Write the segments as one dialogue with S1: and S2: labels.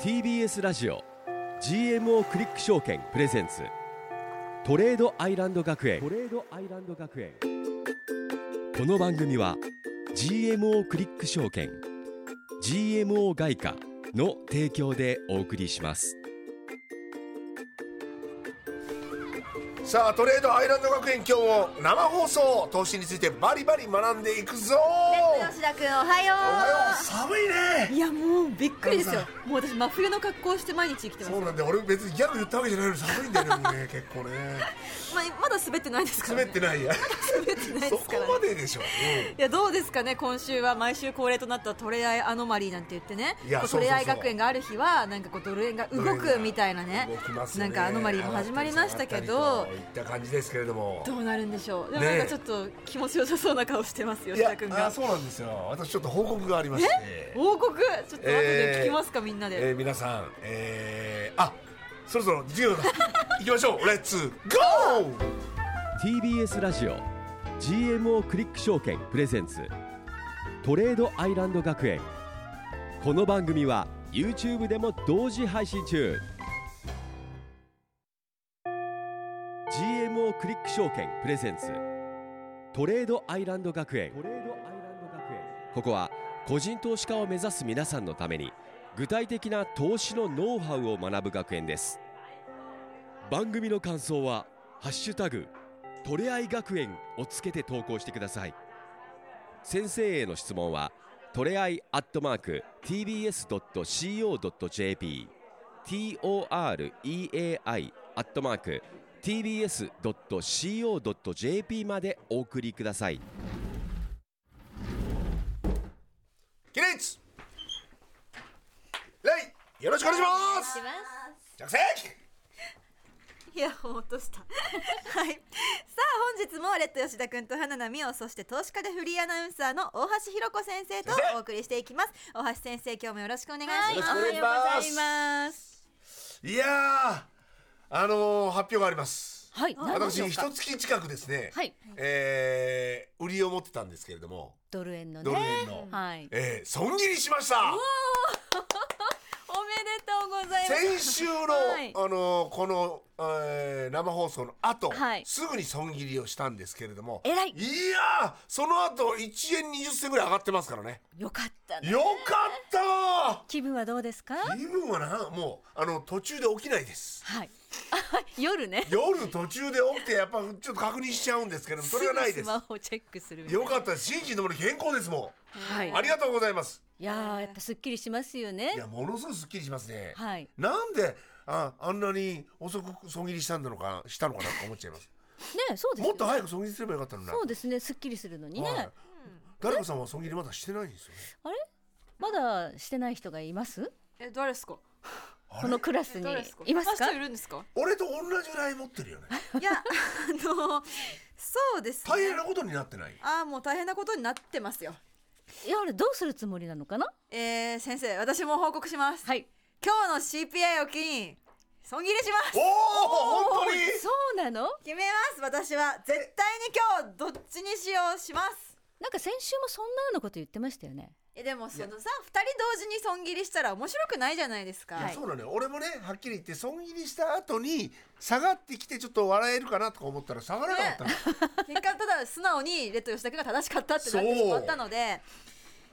S1: TBS ラジオ GMO クリック証券プレゼンツトレードアイランド学園トレードアイランド学園この番組は GMO クリック証券 GMO 外貨の提供でお送りします
S2: さあトレードアイランド学園今日も生放送投資についてバリバリ学んでいくぞ
S3: 吉田君おはよ
S2: お
S3: う
S2: はよう寒いね
S3: いやもうびっくりですよもう私真冬の格好をして毎日生きてます
S2: そうなんで俺別にギャグ言ったわけじゃないのに寒いんだよねもうね結構ね
S3: まあ、まだ滑ってないですから、
S2: 滑
S3: ね、
S2: ってないや
S3: 滑ってない
S2: そ
S3: で
S2: こ
S3: すから、
S2: ま
S3: ね、
S2: ででしょ、
S3: いやどうですかね今週は毎週恒例となったトレアイアノマリーなんて言ってね
S2: いや
S3: こう
S2: そう
S3: ト
S2: そうそう
S3: レアイ学園がある日はなんかこうドル円が動
S2: ドル円が
S3: くみたいなね
S2: 動きますね
S3: なんかアノマリーも始まりましたけ
S2: 上が
S3: ど
S2: ったりといった感じですけれども
S3: どうなるんでしょうでも
S2: ね
S3: なんかちょっと気持ちよさそうな顔してます
S2: い
S3: 吉
S2: や
S3: 田君
S2: あ
S3: が
S2: そうなんですよ私ちょっと報告がありまして
S3: 王国ちょっと後で聞きますか、
S2: えー
S3: みんなで、
S2: えー皆さんえー、あそろそろ授業だ行きましょうレッツゴー
S1: TBS ラジオ GMO クリック証券プレゼンツトレードアイランド学園この番組は YouTube でも同時配信中 GMO クリック証券プレゼンツトレードアイランド学園ここは個人投資家を目指す皆さんのために具体的な投資のノウハウを学ぶ学園です番組の感想は「ハッシュタグトレアイ学園」をつけて投稿してください先生への質問はトレアイアットマーク TBS.CO.JP TOREAI アットマーク TBS.CO.JP までお送りください
S2: 起立レイよろしくお願いします着席
S3: いや落としたはいさあ本日もレッド吉田君と花奈美桜そして投資家でフリーアナウンサーの大橋ひろ子先生とお送りしていきます大橋先生今日もよろしくお願い
S2: はい
S3: します、
S2: よろしくお願いし
S3: ます
S2: いやーあのー発表があります
S4: はい、何でし
S2: 私
S4: ょう
S2: 一
S4: か。
S2: 月近くですね、
S4: はい、
S2: えー売りを持ってたんですけれども
S4: ドル円のね。
S2: ドル円の、
S4: はい。
S2: えー損切りしました
S3: おめでとうございます
S2: 先週の、
S3: はい
S2: あのーこの、えー生放送の後、
S4: はい
S2: すぐに損切りをしたんですけれども
S4: えらい
S2: いやーその後1円20銭ぐらい上がってますからね
S4: よかったね。
S2: よかったー
S4: 気分はどうですか。
S2: 気分はなもうあの途中で起きないです
S4: はい。 あはい夜ね。
S2: 夜途中で起きてやっぱちょっと確認しちゃうんです けどもそれがないです
S4: ぐスマホをチェックするみたい
S2: よかったです心身ともに健康ですも
S4: な。
S2: ん
S4: は
S2: あ
S4: い。
S2: りがとうございます
S4: いやー、やっぱすっきりしますよね
S2: い。やものすごくすっきりしますね、
S4: はい。
S2: なんでああんなに遅く損切りしたんだのかしたのかなと思っちゃい ます
S4: ね、そうです
S2: も
S4: よ
S2: っ
S4: ね。
S2: と早く損切りすればよかったのにな
S4: そうですね、すっきりするのにね。
S2: はい誰かさんは損切りまだしてないんですよね
S4: あれ。まだしてない人がいます。
S3: え誰ですか
S4: このクラスに
S3: 誰ですか
S4: いますか
S3: あ人。いるんですか
S2: 俺と同じぐらい持ってるよね
S3: いやあのそうです
S2: 大変なことになって ない
S3: ああもう大変なことになってますよ
S4: いや、あれどうするつもりなのかな。
S3: えー、先生私も報告します、
S4: はい。
S3: 今日の CPI を機に損切りします
S2: おお本当に
S4: そうなの。
S3: 決めます私は絶対に今日どっちにしようします
S4: なんか先週もそんなようなこと言ってましたよね。
S3: えでもそのさ二人同時に損切りしたら面白くないじゃないですか、
S2: いやそうなのよ俺もねはっきり言って損切りした後に下がってきてちょっと笑えるかなとか思ったら下がらなかったの、
S3: 結果ただ素直にレッド吉田君が正しかったってなってしまったので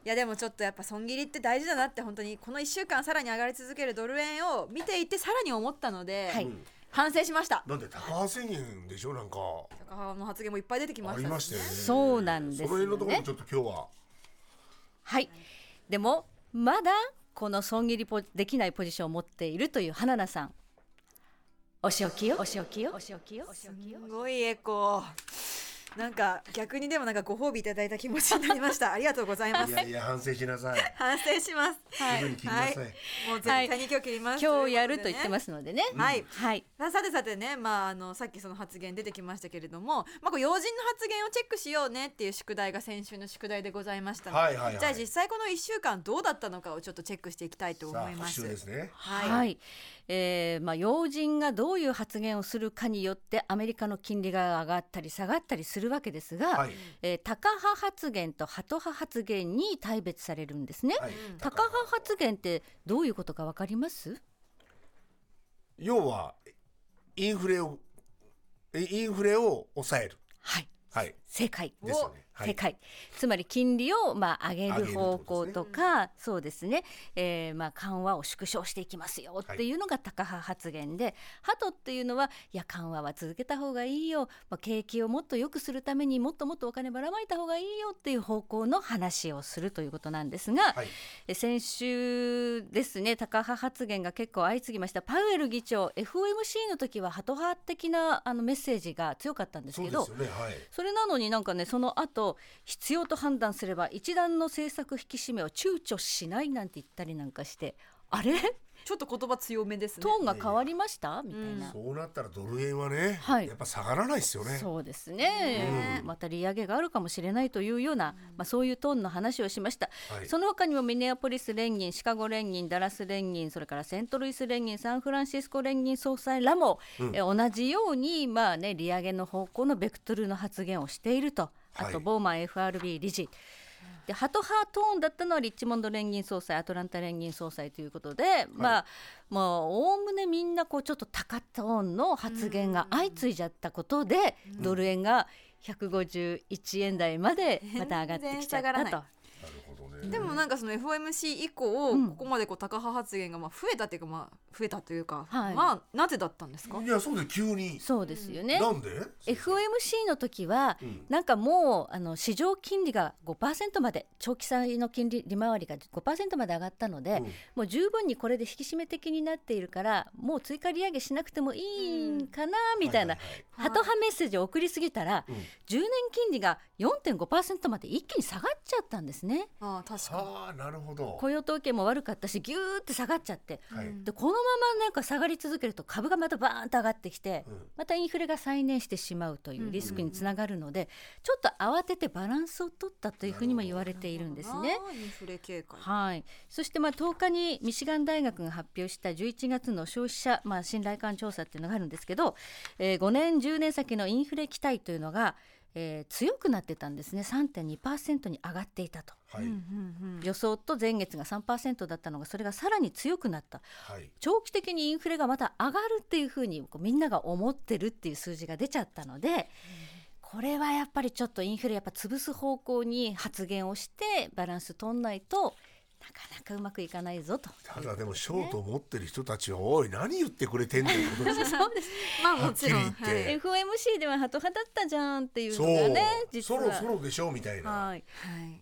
S3: いやでもちょっとやっぱ損切りって大事だなって本当にこの1週間さらに上がり続けるドル円を見ていてさらに思ったので、
S4: はい
S3: 反省しました
S2: なんで高橋宣言でしょなんか
S3: 高浜の発言もいっぱい出てきま
S2: あ
S3: し
S2: り
S3: た
S2: ましたよね
S4: そうなんですよね
S2: その辺のところもちょっと今日は
S4: はい。でもまだこの損切りポできないポジションを持っているという花菜さん。お仕置きよ。お仕置きよ。お仕置きよ。お仕置きよ
S3: す。ごいエコーなんか逆にでもなんかご褒美いただいた気持ちになりました ありがとうございま
S2: い
S3: す
S2: やいや反省しなさい
S3: 反省します
S2: すぐに切りなさい、
S3: もう絶対に今日切ります、
S4: 今日やると言ってますすのでね。
S3: はい
S4: はい。
S3: まあさてさてね、まあ、あのさっきその発言出てきましたけれども、まあ、こう要人の発言をチェックしようねっていう宿題が先週の宿題でございましたので、
S2: はいはいはい
S3: じゃあ実際この1週間どうだったのかをちょっとチェックしていきたいと思
S2: さあ
S3: いま
S2: 復
S3: す。
S2: 習ですね
S3: はい、
S4: はいえーまあ、要人がどういう発言をするかによってアメリカの金利が上がったり下がったりすするわけですが、
S2: はい
S4: えータカ派発言とハト派発言に大別されるんですね。
S2: はい
S4: タカ派発言ってどういうことかわかります
S2: 要はインフレをえインフレを抑える
S4: はい
S2: はい
S4: 正解
S2: ですよねはい
S4: 正解つまり金利をまあ上げ
S2: 上
S4: る
S2: げる
S4: 方向
S2: ってこと
S4: かそうですね、えーまあ緩和を縮小していきますよっていうのが高派発言で、ハトっていうのはいや緩和は続けた方がいいよ、まあ、景気をもっと良くするためにもっともっとお金ばらまいた方がいいよっていう方向の話をするということなんですが、
S2: はい
S4: え先週ですね、高派発言が結構相次ぎました、パウエル議長、FOMC の時はハト派的なあのメッセージが強かったんです
S2: そう
S4: け
S2: で
S4: ど、
S2: す
S4: そ
S2: よねはい
S4: れなのになんかね、その後必要と判断すれば、一段の政策引き締めを躊躇しないなんて言ったりなんかして、あれ、
S5: ちょっと言葉強めですね
S4: トーンが変わりましたみたいな。
S2: そうなったらドル円はね、
S4: はい
S2: やっぱ下がらないですよね
S4: そうですね、
S2: うん
S4: また利上げがあるかもしれないというような、まあ、そういうトーンの話をしました、
S2: はい
S4: その他にもミネアポリス連銀シカゴ連銀ダラス連銀それからセントルイス連銀サンフランシスコ連銀総裁らも、え同じように、まあね、利上げの方向のベクトルの発言をしているとあ
S2: はい
S4: とボーマン FRB 理事、でハト派トーンだったのはリッチモンド連銀総裁アトランタ連銀総裁ということで、まあもうおおむねみんなこうちょっと高トーンの発言が相次いじゃったことでドル円が151円台までまた上がってきちゃ
S5: 全然下
S4: った
S5: がら
S4: と
S5: な。
S2: なるほど
S5: で
S2: ね
S5: もなんかその FOMC 以降、
S4: うん
S5: ここまでこう高派発言がまあ増えたっていうかまあ増えたというか、
S4: はい
S5: まあなぜだったんですか、
S2: いやそうで急に
S4: そうですよね、
S2: なんで
S4: FOMC の時は、
S2: ん
S4: なんかもうあの市場金利が5%まで長期債の金利利回りが5%まで上がったので、
S2: うん
S4: もう十分にこれで引き締め的になっているからもう追加利上げしなくてもいいんかなみたいな、
S2: はははい
S4: ハト派メッセージを送りすぎたら、
S2: うん
S4: 10年金利が4.5%まで一気に下がっちゃったんですね
S5: ああ確かに
S2: ああなるほど
S4: 雇用統計も悪かったしギューって下がっちゃって
S2: はい、うん
S4: でこのままなんか下がり続けると株がまたバーンと上がってきて、またインフレが再燃してしまうというリスクにつながるので、ちょっと慌ててバランスを取ったというふうにも言われているんですね。
S5: ああインフレ警戒
S4: はい、そしてまあ10日にミシガン大学が発表した11月の消費者、まあ、信頼感調査っていうのがあるんですけど、え5年10年先のインフレ期待というのが、えー強くなってたんですね3.2%に上がっていたと
S2: はい、
S4: 予想と前月が3%だったのがそれがさらに強くなった
S2: はい
S4: 長期的にインフレがまた上がるっていうふうにこうみんなが思ってるっていう数字が出ちゃったので、これはやっぱりちょっとインフレやっぱ潰す方向に発言をしてバランス取んないとなかなかうまくいかないぞと。
S2: ただでもショートを持ってる人たちはおい何言ってくれてんだよ ってことですよ
S5: まあもちろん
S2: はっきり言って
S5: はい
S4: FOMC ではハト派だったじゃんっていう
S2: そ
S4: の
S2: う、
S4: がね実
S2: そ
S4: は
S2: ろそろでしょうみたいな、
S4: はい、
S5: はい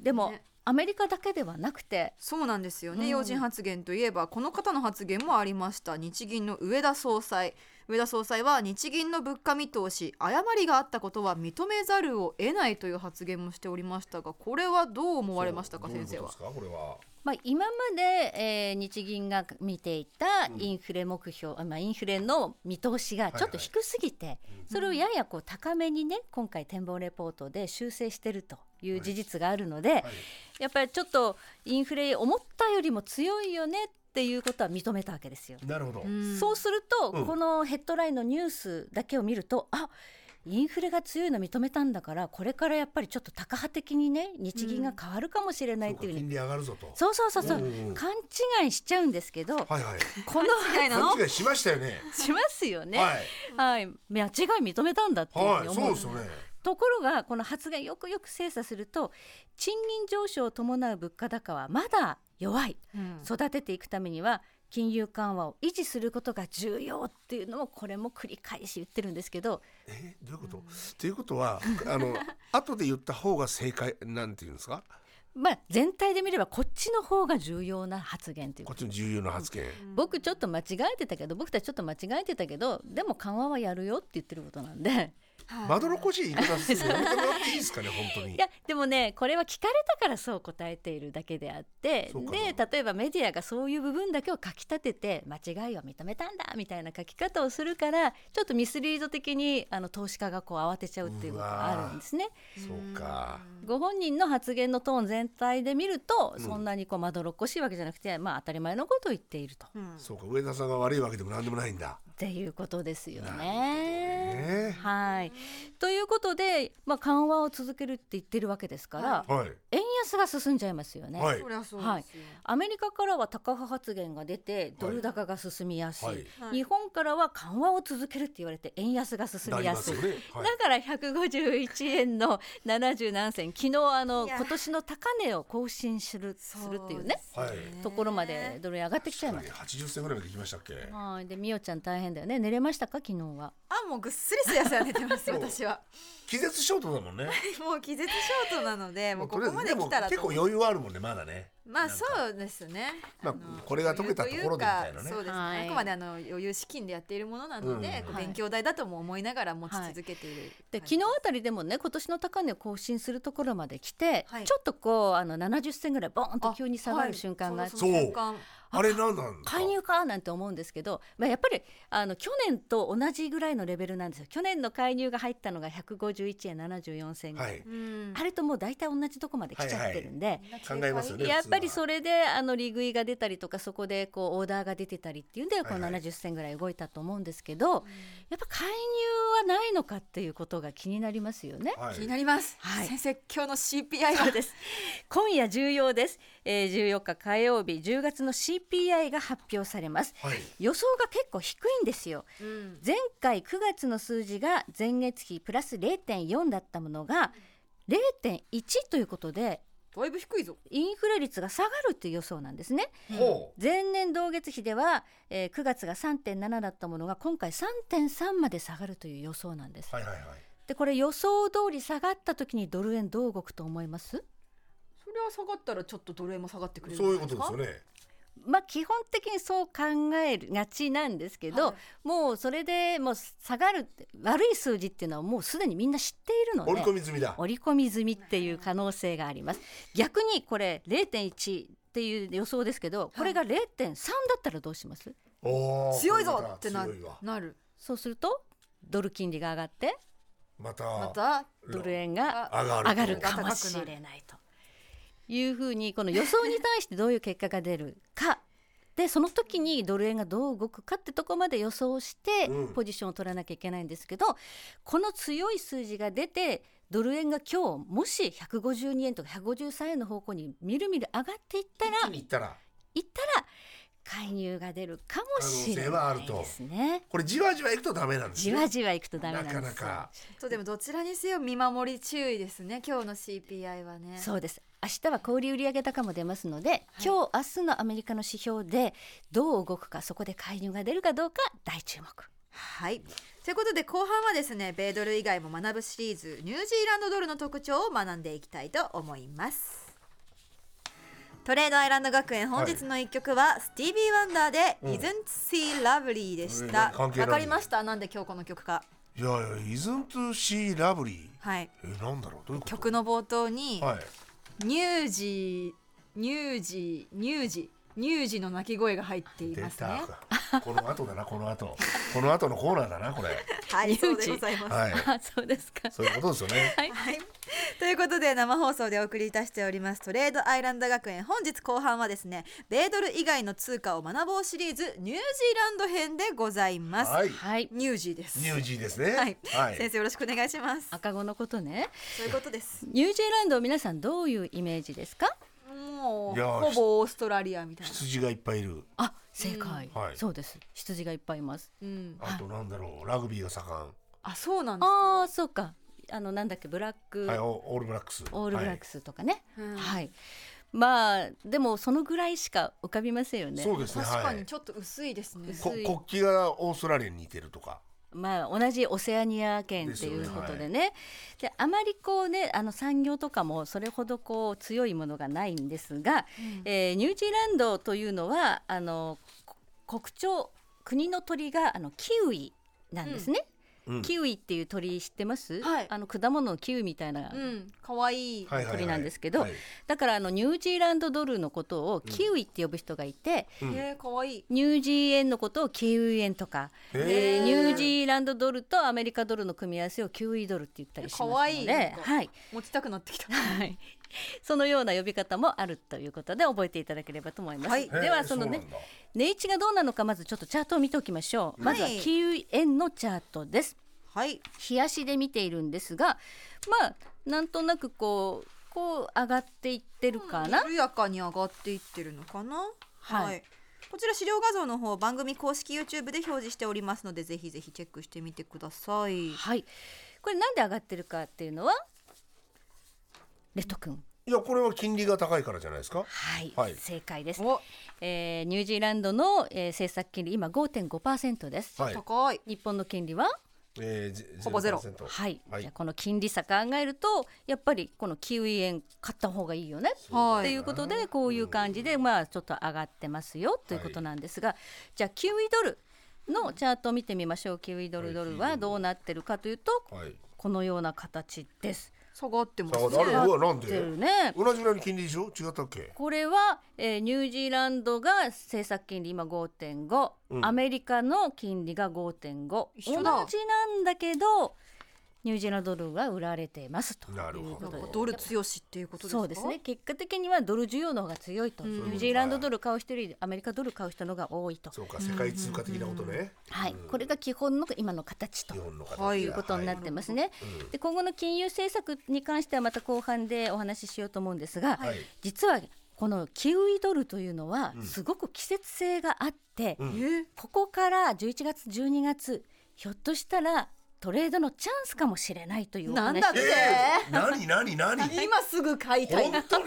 S4: でも、
S5: ね
S4: アメリカだけではなくて
S5: そうなんですよね、
S4: うん
S5: 要人発言といえばこの方の発言もありました日銀の上田総裁上田総裁は日銀の物価見通し誤りがあったことは認めざるを得ないという発言もしておりましたがこれはどう思われましたか
S2: そう
S5: 先生は
S2: どういうことですかこ
S4: まあ、今まで、えー日銀が見ていたインフレ目標、あまあ、インフレの見通しがちょっと低すぎて、それをややこう高めにね今回展望レポートで修正してるという事実があるので、
S2: れは、はい、
S4: やっぱりちょっとインフレ思ったよりも強いよねっていうことは認めたわけですよ。
S2: なるほど、
S4: そうすると、
S2: うん
S4: このヘッドラインのニュースだけを見るとあインフレが強いの認めたんだからこれからやっぱりちょっと高派的にね日銀が変わるかもしれない
S2: そう
S4: って
S2: か
S4: いうふ
S2: 金
S4: うに
S2: 利上がるぞと
S4: そうそうそうそう
S2: おうおう
S4: 勘違いしちゃうんですけど、
S2: はいはい
S4: この
S5: 違いなの
S2: 勘違いしましたよね
S4: しますよね。
S2: は
S4: はいい、間違い認めたんだっていうふう
S2: は
S4: に
S2: い
S4: 思う。
S2: そうですよね
S4: ところがこの発言よくよく精査すると賃金上昇を伴う物価高はまだ弱い、
S5: うん
S4: 育てていくためには金融緩和を維持することが重要っていうのもこれも繰り返し言ってるんですけど
S2: えどういうことということはあ の後で言った方が正解なんていうんですか
S4: まあ全体で見ればこっちの方が重要な発言という
S2: こ
S4: か
S2: っちの重要な発言
S4: 僕ちょっと間違えてたけど僕たちちょっと間違えてたけどでも緩和はやるよって言ってることなんで。
S2: まどろっこしい言い方するのやめてもらっていいですかね本当に
S4: いやでもねこれは聞かれたからそう答えているだけであって
S2: そうか
S4: で例えばメディアがそういう部分だけを書き立てて間違いを認めたんだみたいな書き方をするからちょっとミスリード的にあの投資家がこう慌てちゃうっていうことがあるんですね。
S2: そうか
S4: ご本人の発言のトーン全体で見ると、そんなにこうまどろっこしいわけじゃなくて、まあ、当たり前のことを言っていると、
S2: そうか上田さんが悪いわけでも何でもないんだ
S4: っていうことですよ
S2: なるほど
S4: ね。
S2: ね
S4: はいはい、ということで、まあ、緩和を続けるって言ってるわけですから、
S5: は
S2: はい
S4: 円安が進んじゃいますよね。
S2: はい
S5: そりゃそう
S4: は
S5: で
S4: い
S5: すよ、
S4: アメリカからは高派発言が出てドル高が進みやすい、
S2: はい
S3: はい
S4: 日本からは緩和を続けるって言われて円安が進
S2: な
S4: み
S2: り
S4: や
S2: ますす
S4: い。
S2: よねはい
S4: だから151円の70何銭昨日あの
S3: いや
S4: 今年の高値を更新するするっていうね
S2: はい
S4: ところまでドル上がってきちゃいました。
S2: 八十銭ぐらいまで行きましたっけ
S4: はい、でみおちゃん大変だよね寝れましたか昨日は
S3: あもうぐっすりすやすや寝てます
S2: そう
S3: 私は
S2: 気絶ショートだもんね
S3: もう気絶ショートなのでもうこ
S2: とりあ
S3: こ
S2: えず
S3: まで来たら
S2: も結
S3: と
S2: 構余裕はあるもんねまだね
S3: まあ
S2: なんか
S3: そうですね
S2: まあ
S3: の
S2: これが解けたところでみたいなね
S3: とうかそうですね、
S4: はい
S3: あくまであの余裕資金でやっているものなので、
S2: うん
S3: こう勉強代だとも思いながら持ち続けている、
S4: で昨日あたりでもね今年の高値を更新するところまで来て、
S3: はい
S4: ちょっとこうあの70銭ぐらいボーンと急に下がる瞬間があって
S2: そうあれなんなんですか
S4: 介入かなんて思うんですけど、まあ、やっぱりあの去年と同じぐらいのレベルなんですよ去年の介入が入ったのが151円74銭ぐら、
S2: はいい
S3: うん
S4: あれともう大体同じとこまで来ちゃってるんで、
S2: 考えますよね
S4: やっぱりそ
S2: れ
S4: れであの利食いが出たりとかそこでこうオーダーが出てたりっていうんでこう
S2: はいはい
S4: 70銭ぐらい動いたと思うんですけど、やっぱ介入はないのかっていうことが気になりますよね。
S2: はい
S3: 気になります、
S4: はい
S3: 先生今日の CPI は です
S4: 今夜重要です、えー、14日火曜日10月の CPI が発表されます
S2: はい
S4: 予想が結構低いんですよ
S3: うん
S4: 前回9月の数字が前月比プラス0.4だったものが0.1ということで
S5: だいぶ低いぞ
S4: インフレ率が下がるという予想なんですね
S2: ほ
S4: 前年同月比では、えー9月が3.7だったものが今回3.3まで下がるという予想なんです
S2: うはいはいはい
S4: でこれ予想通り下がった時にドル円どう動くと思います
S5: それは下がったらちょっとドル円も下がってくれるん
S2: そういう
S5: じゃな
S2: こ
S5: い
S2: とですよね
S4: まあ、基本的にそう考えるがちなんですけど、
S5: は
S4: もうそれでもう下がるって悪い数字っていうのはもうすでにみんな知っているので
S2: 折り込み済みだ
S4: 織り込み済みっていう可能性があります逆にこれ0.1っていう予想ですけどこれが0.3だったらどうします、
S2: おー
S5: 強いぞってな
S2: 強いわ
S5: なる
S4: そうするとドル金利が上がって
S2: また
S5: また
S4: ドル円が
S2: 上がる
S4: 上がるかもしれないというふうにこの予想に対してどういう結果が出るかでその時にドル円がどう動くかってとこまで予想して
S2: うん
S4: ポジションを取らなきゃいけないんですけど、この強い数字が出てドル円が今日もし152円とか153円の方向にみるみる上がっていったら
S2: 一気に行ったら
S4: いったら介入が出るかもしれ
S2: 可能性はあ
S4: な
S2: る
S4: い
S2: と
S4: ですね。
S2: これじわじわ行くとダメなんです
S4: じ
S2: ね
S4: わじわいくとダメなんですよ
S2: なかなか
S3: ちょっとでもどちらにせよ見守り注意ですね今日の CPI はね
S4: そうです明日は小売売上高も出ますので、今日明日のアメリカの指標でどう動くかそこで介入が出るかどうか大注目
S3: はいということで後半はですね米ドル以外も学ぶシリーズニュージーランドドルの特徴を学んでいきたいと思いますトレードアイランド学園本日の一曲はスティービー・ワンダーで「
S2: うん
S3: Isn't She Lovely」でした、
S2: うん関係ない
S3: わかりましたなんで今日この曲か
S2: いやいや isn't she lovely
S3: はい
S2: えなんだろうどういうこと
S3: 曲の冒頭に、
S2: はい
S5: ニュージーニュージーニュージーニュージーの鳴き声が入ってい
S2: 出
S5: ますね
S2: たこの後だなこの後この後のコーナーだなこれ
S3: はい
S4: ニュ
S3: そ
S4: ージー
S3: うでございます
S2: はい
S4: あ そうですか
S2: そういうことですよね
S3: はい、ということで生放送でお送りいたしておりますトレードアイランド学園本日後半はですね米ドル以外の通貨を学ぼうシリーズニュージーランド編でございます、
S2: はい
S4: はい
S3: ニュージーです
S2: ニュージーですね
S3: はい
S2: はい
S3: 先生よろしくお願いします
S4: 赤子のことね
S3: そういうことです
S4: ニュージーランド皆さんどういうイメージですか
S5: も
S2: いうやー
S5: ほぼオーストラリアみたいな
S2: 羊がいっぱいいる
S4: あ正解、
S2: うんはい
S4: そうです羊がいっぱいいます
S5: うん
S2: あとなんだろうラグビーが盛ん
S5: あそうなんだ
S4: ああそうかあのなんだっけブラック、
S2: はいオオールブラックス
S4: オールブラックスとかね
S5: うん
S4: はい、まあでもそのぐらいしか浮かびませんよ
S2: はい
S4: ね
S2: そうですね
S5: 確
S2: は
S5: か
S2: い
S5: にちょっと薄いですね
S2: こ国旗がオーストラリアに似てるとか
S4: まあ、同じオセアニア圏っていうことでねであまりこうねあの産業とかもそれほどこう強いものがないんですが、えーニュージーランドというのはあのこ国鳥国の鳥があのキウイなんですね、
S2: うん
S4: キウイっていう鳥知ってます、
S5: はい
S4: あの果物のキウイみたいな、
S5: うん可愛い
S2: はいはいはい
S4: 鳥なんですけど
S2: はい
S4: だからあのニュージーランドドルのことをキウイって呼ぶ人がいて、
S2: うん
S5: えー可愛い
S4: ニュージー円のことをキウイ円とか、
S2: へー
S4: えーニュージーランドドルとアメリカドルの組み合わせをキウイドルって言ったりしますので、
S5: 可愛いなんか
S4: はい、
S5: 持ちたくなってきた
S4: はい、そのような呼び方もあるということで覚えていただければと思います。
S3: はい
S4: ではそのね
S2: へーうなんだ
S4: 値位置がどうなのかまずちょっとチャートを見ておきましょう。まずは
S3: はい
S4: キウイ円のチャートです。
S3: はい
S4: 冷やしで見ているんですがまあなんとなくこうこう上がっていってるかな、
S3: 緩やかに上がっていってるのかな
S4: はい
S3: こちら資料画像の方番組公式 YouTube で表示しておりますのでぜひぜひチェックしてみてください
S4: はいこれなんで上がってるかっていうのはレト君
S2: いやこれは金利が高いからじゃないですか
S4: はい、
S2: はい
S4: 正解です、
S5: お
S4: えーニュージーランドの、えー政策金利今5.5%です、
S2: はい、
S5: 高い
S4: 日本の金利は
S2: えーぜ
S5: ほぼゼロ
S2: 0%
S4: はい、
S2: はい
S4: じゃあこの金利差考えるとやっぱりこのキウイ円買った方がいいよね
S5: は
S4: ってい
S5: いう
S4: ことでこういう感じでまあちょっと上がってますよということなんですが、じゃあキウイドルのチャートを見てみましょうキウイドルドルはどうなってるかというと
S2: はい
S4: このような形です。
S5: 下がってま
S2: 下が
S5: す
S2: ってあれ
S5: ね
S2: うわなん
S4: で
S2: で
S4: ね
S2: 同じぐらいの金利でしょ違ったっけ
S4: これは、えーニュージーランドが政策金利今5.5、
S2: うん
S4: アメリカの金利が5.5同じ
S5: 一緒
S4: な
S5: だ
S4: んだけどニュージーランドドルが売られてますと
S2: なる
S4: いう
S2: ほ
S4: こ
S2: ど
S4: とで
S5: ドル強しっていうことですか
S4: そうですね結果的にはドル需要の方が強いと、
S5: うん
S4: ニュージーランドドル買う人よりアメリカドル買う人の方が多いと、
S2: そうか世界通貨的なことね
S4: はい、これが基本の今の形と
S2: 日本の形
S5: はい
S4: ということになってますね、
S2: うん
S4: で今後の金融政策に関してはまた後半でお話ししようと思うんですが、
S2: はい
S4: 実はこのキウイドルというのはすごく季節性があって、
S2: うん
S5: え
S4: ここから11月12月ひょっとしたらトレードのチャンスかもしれないというお話
S5: なんだって
S2: えー何何何
S5: 今すぐ買いたい
S2: 本当に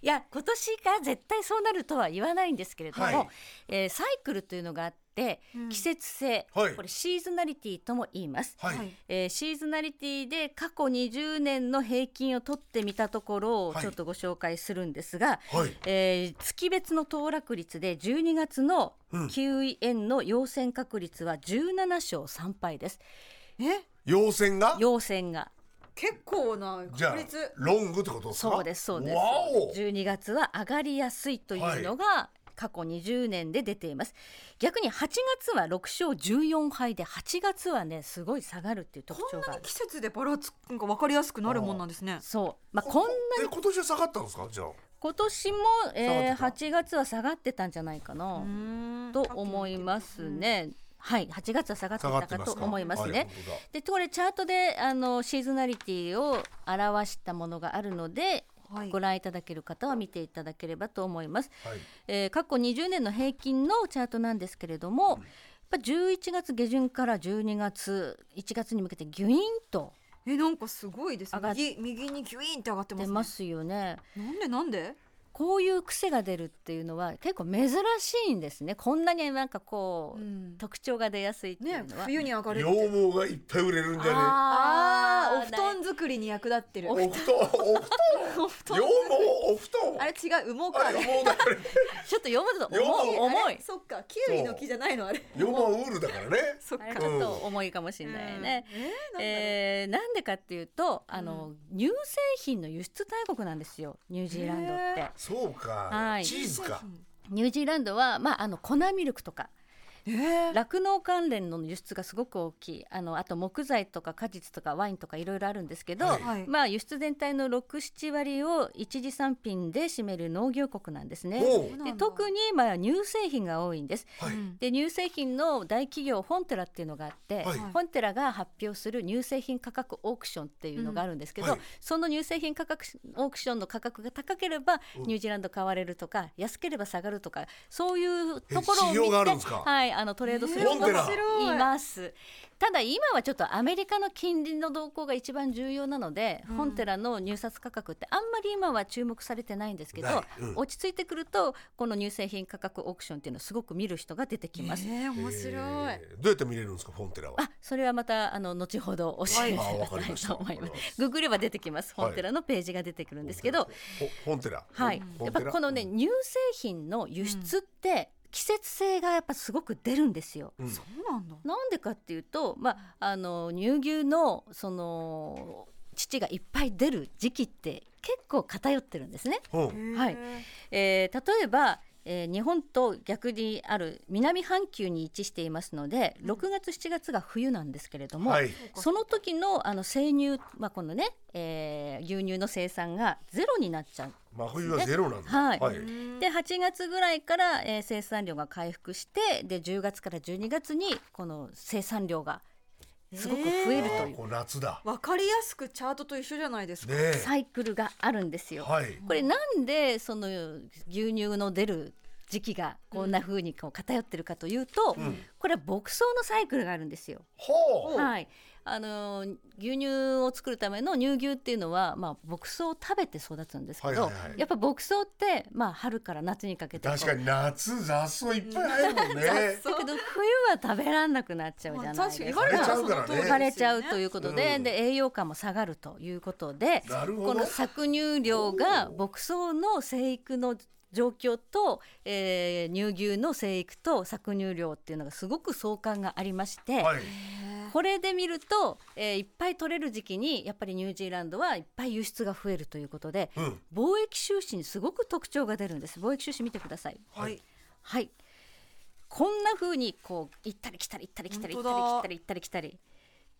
S4: いや今年が絶対そうなるとは言わないんですけれども、
S2: はい
S4: えーサイクルというのがあって季節性、
S2: はい
S4: これシーズナリティとも言います、
S2: はい
S4: えーシーズナリティで過去20年の平均を取ってみたところを
S2: はい
S4: ちょっとご紹介するんですが、
S2: はい
S4: えー月別の騰落率で12月の
S2: うん
S4: 9位円の陽線確率は17勝3敗です
S5: え
S2: 陽線が
S4: 陽線が
S5: 結構な
S2: じゃあ
S5: 確率
S2: ロングってことですか
S4: そうですそうです
S2: わお
S4: 12月は上がりやすいというのが、過去20年で出ています逆に8月は6勝14敗で8月はねすごい下がるっていう特徴がある
S5: 季節でばらつなんか分かりやすくなるもんなんですね
S4: そう、まあ、こん
S2: え今年は下がったんですかじゃあ
S4: 今年も、
S2: 下
S4: え
S2: が
S4: ー、
S2: ってた
S4: 8月は下がってたんじゃないかなと思いますね。はい、8月は下がって
S2: 下が
S4: た
S2: って
S4: か
S2: ま
S4: と
S2: すか
S4: 思いますね。
S2: はい本当だ
S4: でこれチャートであのシーズナリティを表したものがあるので、
S5: はい
S4: ご覧いただける方は見ていただければと思います、
S2: はい
S4: えー過去20年の平均のチャートなんですけれども、やっぱ11月下旬から12月1月に向けてギュイーンと
S5: えなんかすごいですね
S4: 上がっ
S5: 右右にギュイーンって上がってます,、
S4: 出
S5: ね、
S4: ますよね。
S5: なんでなんで
S4: こういう癖が出るっていうのは結構珍しいんですねこんなになんかこう、
S5: うん
S4: 特徴が出やすいっていう
S5: ね
S4: のは、
S5: 冬に上がるっ
S2: 羊
S5: て
S2: 毛がいっぱい売れるんじゃ
S5: あーお
S4: ー
S5: 布団作りに役立ってる
S2: ねお布団お布団羊毛お布団
S5: あれ違う羽毛か
S2: あ
S5: あ
S2: れ
S5: れ
S2: 羽毛だから ね
S4: ちょっと読むと
S2: 読む
S4: 重い重い
S5: そっかキウイの木じゃないのあれ
S2: 羊毛はウールだからね
S5: そっ
S4: あれ
S5: か
S4: ちょっと重いかもしれないね、えーなんでかっていうとあの、乳製品の輸出大国なんですよニュージーランドって、
S2: そうか
S4: はい
S2: チーズか
S4: ニュージーランドは、まあ、あの粉ミルクとか酪農、関連の輸出がすごく大きいあのあと木材とか果実とかワインとかいろいろあるんですけど、
S2: はい
S5: はい、
S4: まあ、輸出全体の67割を一次産品で占める農業国なんですね。
S2: おう
S4: で特にまあ乳製品が多いんです。
S2: はい
S4: で乳製品の大企業フォンテラっていうのがあって、
S2: はい
S4: フォンテラが発表する乳製品価格オークションっていうのがあるんですけど、
S2: うんはい
S4: その乳製品価格オークションの価格が高ければ
S2: うん
S4: ニュージーランド買われるとか、安ければ下がるとかそういうところを
S2: え指
S4: 見
S2: 標があるんです
S4: て
S2: か
S4: はいあのトレードする
S2: フォンテラ
S4: 人もいます。ただ今はちょっとアメリカの金利の動向が一番重要なので、フォンテラの入札価格ってあんまり今は注目されてないんですけど
S2: ない、うん
S4: 落ち着いてくるとこの乳製品価格オークションっていうのをすごく見る人が出てきます。
S5: えー、面白い、
S2: えーどうやって見れるんですかフォンテラは
S4: あ、それはまたあの後ほど教えてい
S2: はいあわ
S4: た
S2: か
S4: だ
S2: りま
S4: き
S2: した
S4: い と思い
S2: わ
S4: ま。
S2: かります
S4: ググれば出てきます。
S2: はい
S4: 本寺のページが出てくるんですけど、
S2: フォンテラ
S4: はい。
S2: フ
S4: や
S2: ォ
S4: っ
S2: ン
S4: ぱ
S2: テラ
S4: このね乳製品の輸出って季節性がやっぱすごく出るんですよ。
S2: うん
S5: そうなんだ
S4: なんでかっていうと、まああの乳牛のその乳がいっぱい出る時期って結構偏ってるんですね。
S2: うん
S4: はいえー例えば、えー日本と逆にある南半球に位置していますので6月7月が冬なんですけれども、
S2: はい
S4: その時のあの生乳、まあ、このね、えー牛乳の生産がゼロになっちゃう。
S2: 真冬はゼロなんだ
S4: はい
S2: はい
S4: で8月ぐらいから、えー生産量が回復してで10月から12月にこの生産量がすごく増えるという
S2: こう夏だ。
S5: わかりやすくチャートと一緒じゃないですか。
S2: ねえ。
S4: サイクルがあるんですよ。
S2: はい。
S4: これなんでその牛乳の出る時期がこんな風にこう偏ってるかというと、
S2: うん
S4: これは牧草のサイクルがあるんですよ。
S2: ほう。
S4: はい、あのー牛乳を作るための乳牛っていうのは、まあ、牧草を食べて育つんですけど、
S2: はいはいはい
S4: やっぱ牧草って、まあ、春から夏にかけて
S2: 確か
S4: に
S2: に夏雑草いっぱい入るもんね。
S4: だけど冬は食べられなくなっちゃうじゃないですか。
S5: まあ確かに言われたら
S2: 枯れちゃうからね
S5: その通りですよ
S4: 枯れちゃうということで,、
S2: うん
S4: で栄養価も下がるということで
S2: なるほ
S4: こ
S2: ど
S4: の。搾乳量が牧草の生育の状況と、えー乳牛の生育と搾乳量っていうのがすごく相関がありまして、
S2: はい。
S4: これで見ると、えーいっぱい取れる時期にやっぱりニュージーランドはいっぱい輸出が増えるということで
S2: うん。
S4: 貿易収支にすごく特徴が出るんです貿易収支見てください
S2: はい。
S4: はいこんな風にこう行ったり来たり行ったり来たり行
S5: 本
S4: っ
S5: 当だ
S4: たり来たり行ったり来たり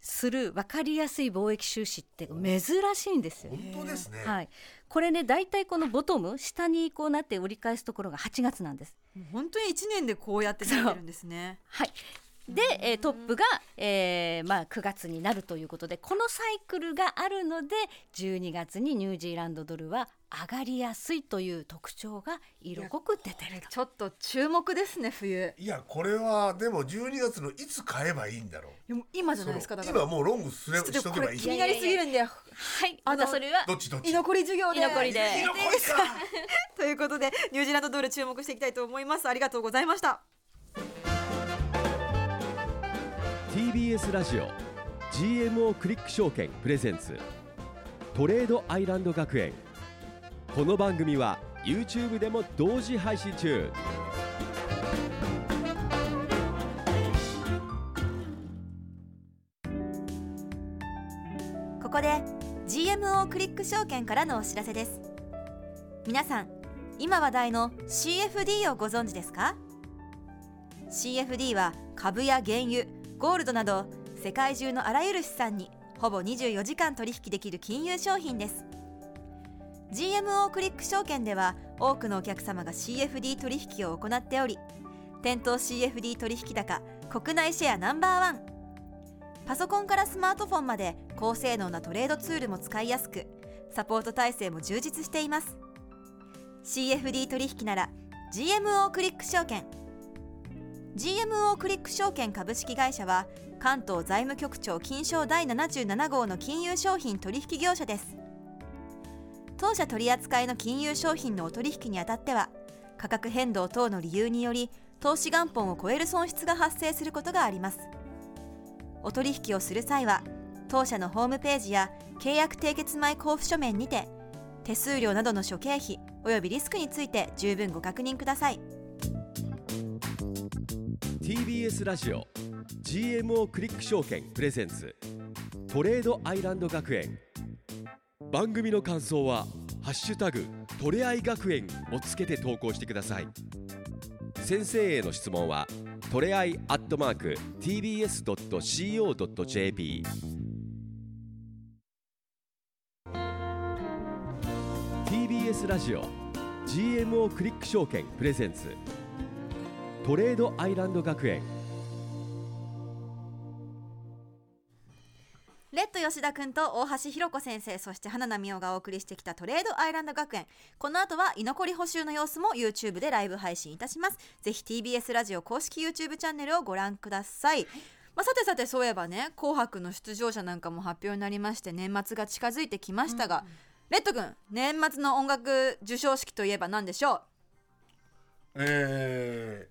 S4: する分かりやすい貿易収支って珍しいんですよ
S2: 本当ですね。
S4: はい、これね大体このボトム下にこうなって折り返すところが8月なんです。
S5: もう本当に一年でこうやってなってるんですね。
S4: はいで、えートップが、えーまあ、9月になるということでこのサイクルがあるので12月にニュージーランドドルは上がりやすいという特徴が色濃く出てると。
S5: ちょっと注目ですね冬。
S2: いやこれはでも12月のいつ買えばいいんだろう。
S5: でも今じゃ
S2: そ
S5: ない
S2: の
S5: ですかだから。
S2: 今もうロングす
S5: ち
S2: れ
S5: ょっと
S2: しとけ
S5: こ
S2: ば
S5: れ
S2: いい。
S5: 気になりすぎるんだよ。
S4: はい
S5: あ
S4: ま
S5: の
S4: たそれは
S2: どっちどっち。
S5: 居残り授業で。
S4: 居残りで
S2: 居残りか。
S5: ということでニュージーランドドル注目していきたいと思います。ありがとうございました。
S1: TBS ラジオ GMO クリック証券プレゼンツトレードアイランド学園この番組は YouTube でも同時配信中
S3: ここで GMO クリック証券からのお知らせです皆さん今話題の CFD をご存知ですか CFD は株や原油ゴールドなど世界中のあらゆる資産にほぼ24時間取引できる金融商品です GMO クリック証券では多くのお客様が CFD 取引を行っており店頭 CFD 取引高国内シェアナンバーワンパソコンからスマートフォンまで高性能なトレードツールも使いやすくサポート体制も充実しています CFD 取引なら GMO クリック証券 GMO クリック証券株式会社は関東財務局長金賞第77号の金融商品取引業者です当社取扱いの金融商品のお取引にあたっては価格変動等の理由により投資元本を超える損失が発生することがありますお取引をする際は当社のホームページや契約締結前交付書面にて手数料などの諸経費およびリスクについて十分ご確認ください
S1: TBS ラジオ GMO クリック証券プレゼンツトレードアイランド学園番組の感想は「ハッシュタグトレアイ学園」をつけて投稿してください先生への質問はトレアイアットマーク TBS.CO.JP TBS ラジオ GMO クリック証券プレゼンツトレードアイランド学園
S3: レッド吉田くんと大橋ひろ子先生そして花奈美桜がお送りしてきたトレードアイランド学園この後は居残り補修の様子も YouTube でライブ配信いたしますぜひ TBS ラジオ公式 YouTube チャンネルをご覧ください、
S5: まあ、さてさてそういえばね「紅白」の出場者なんかも発表になりまして年末が近づいてきましたが、レッド君年末の音楽授賞式といえば何でしょう
S2: え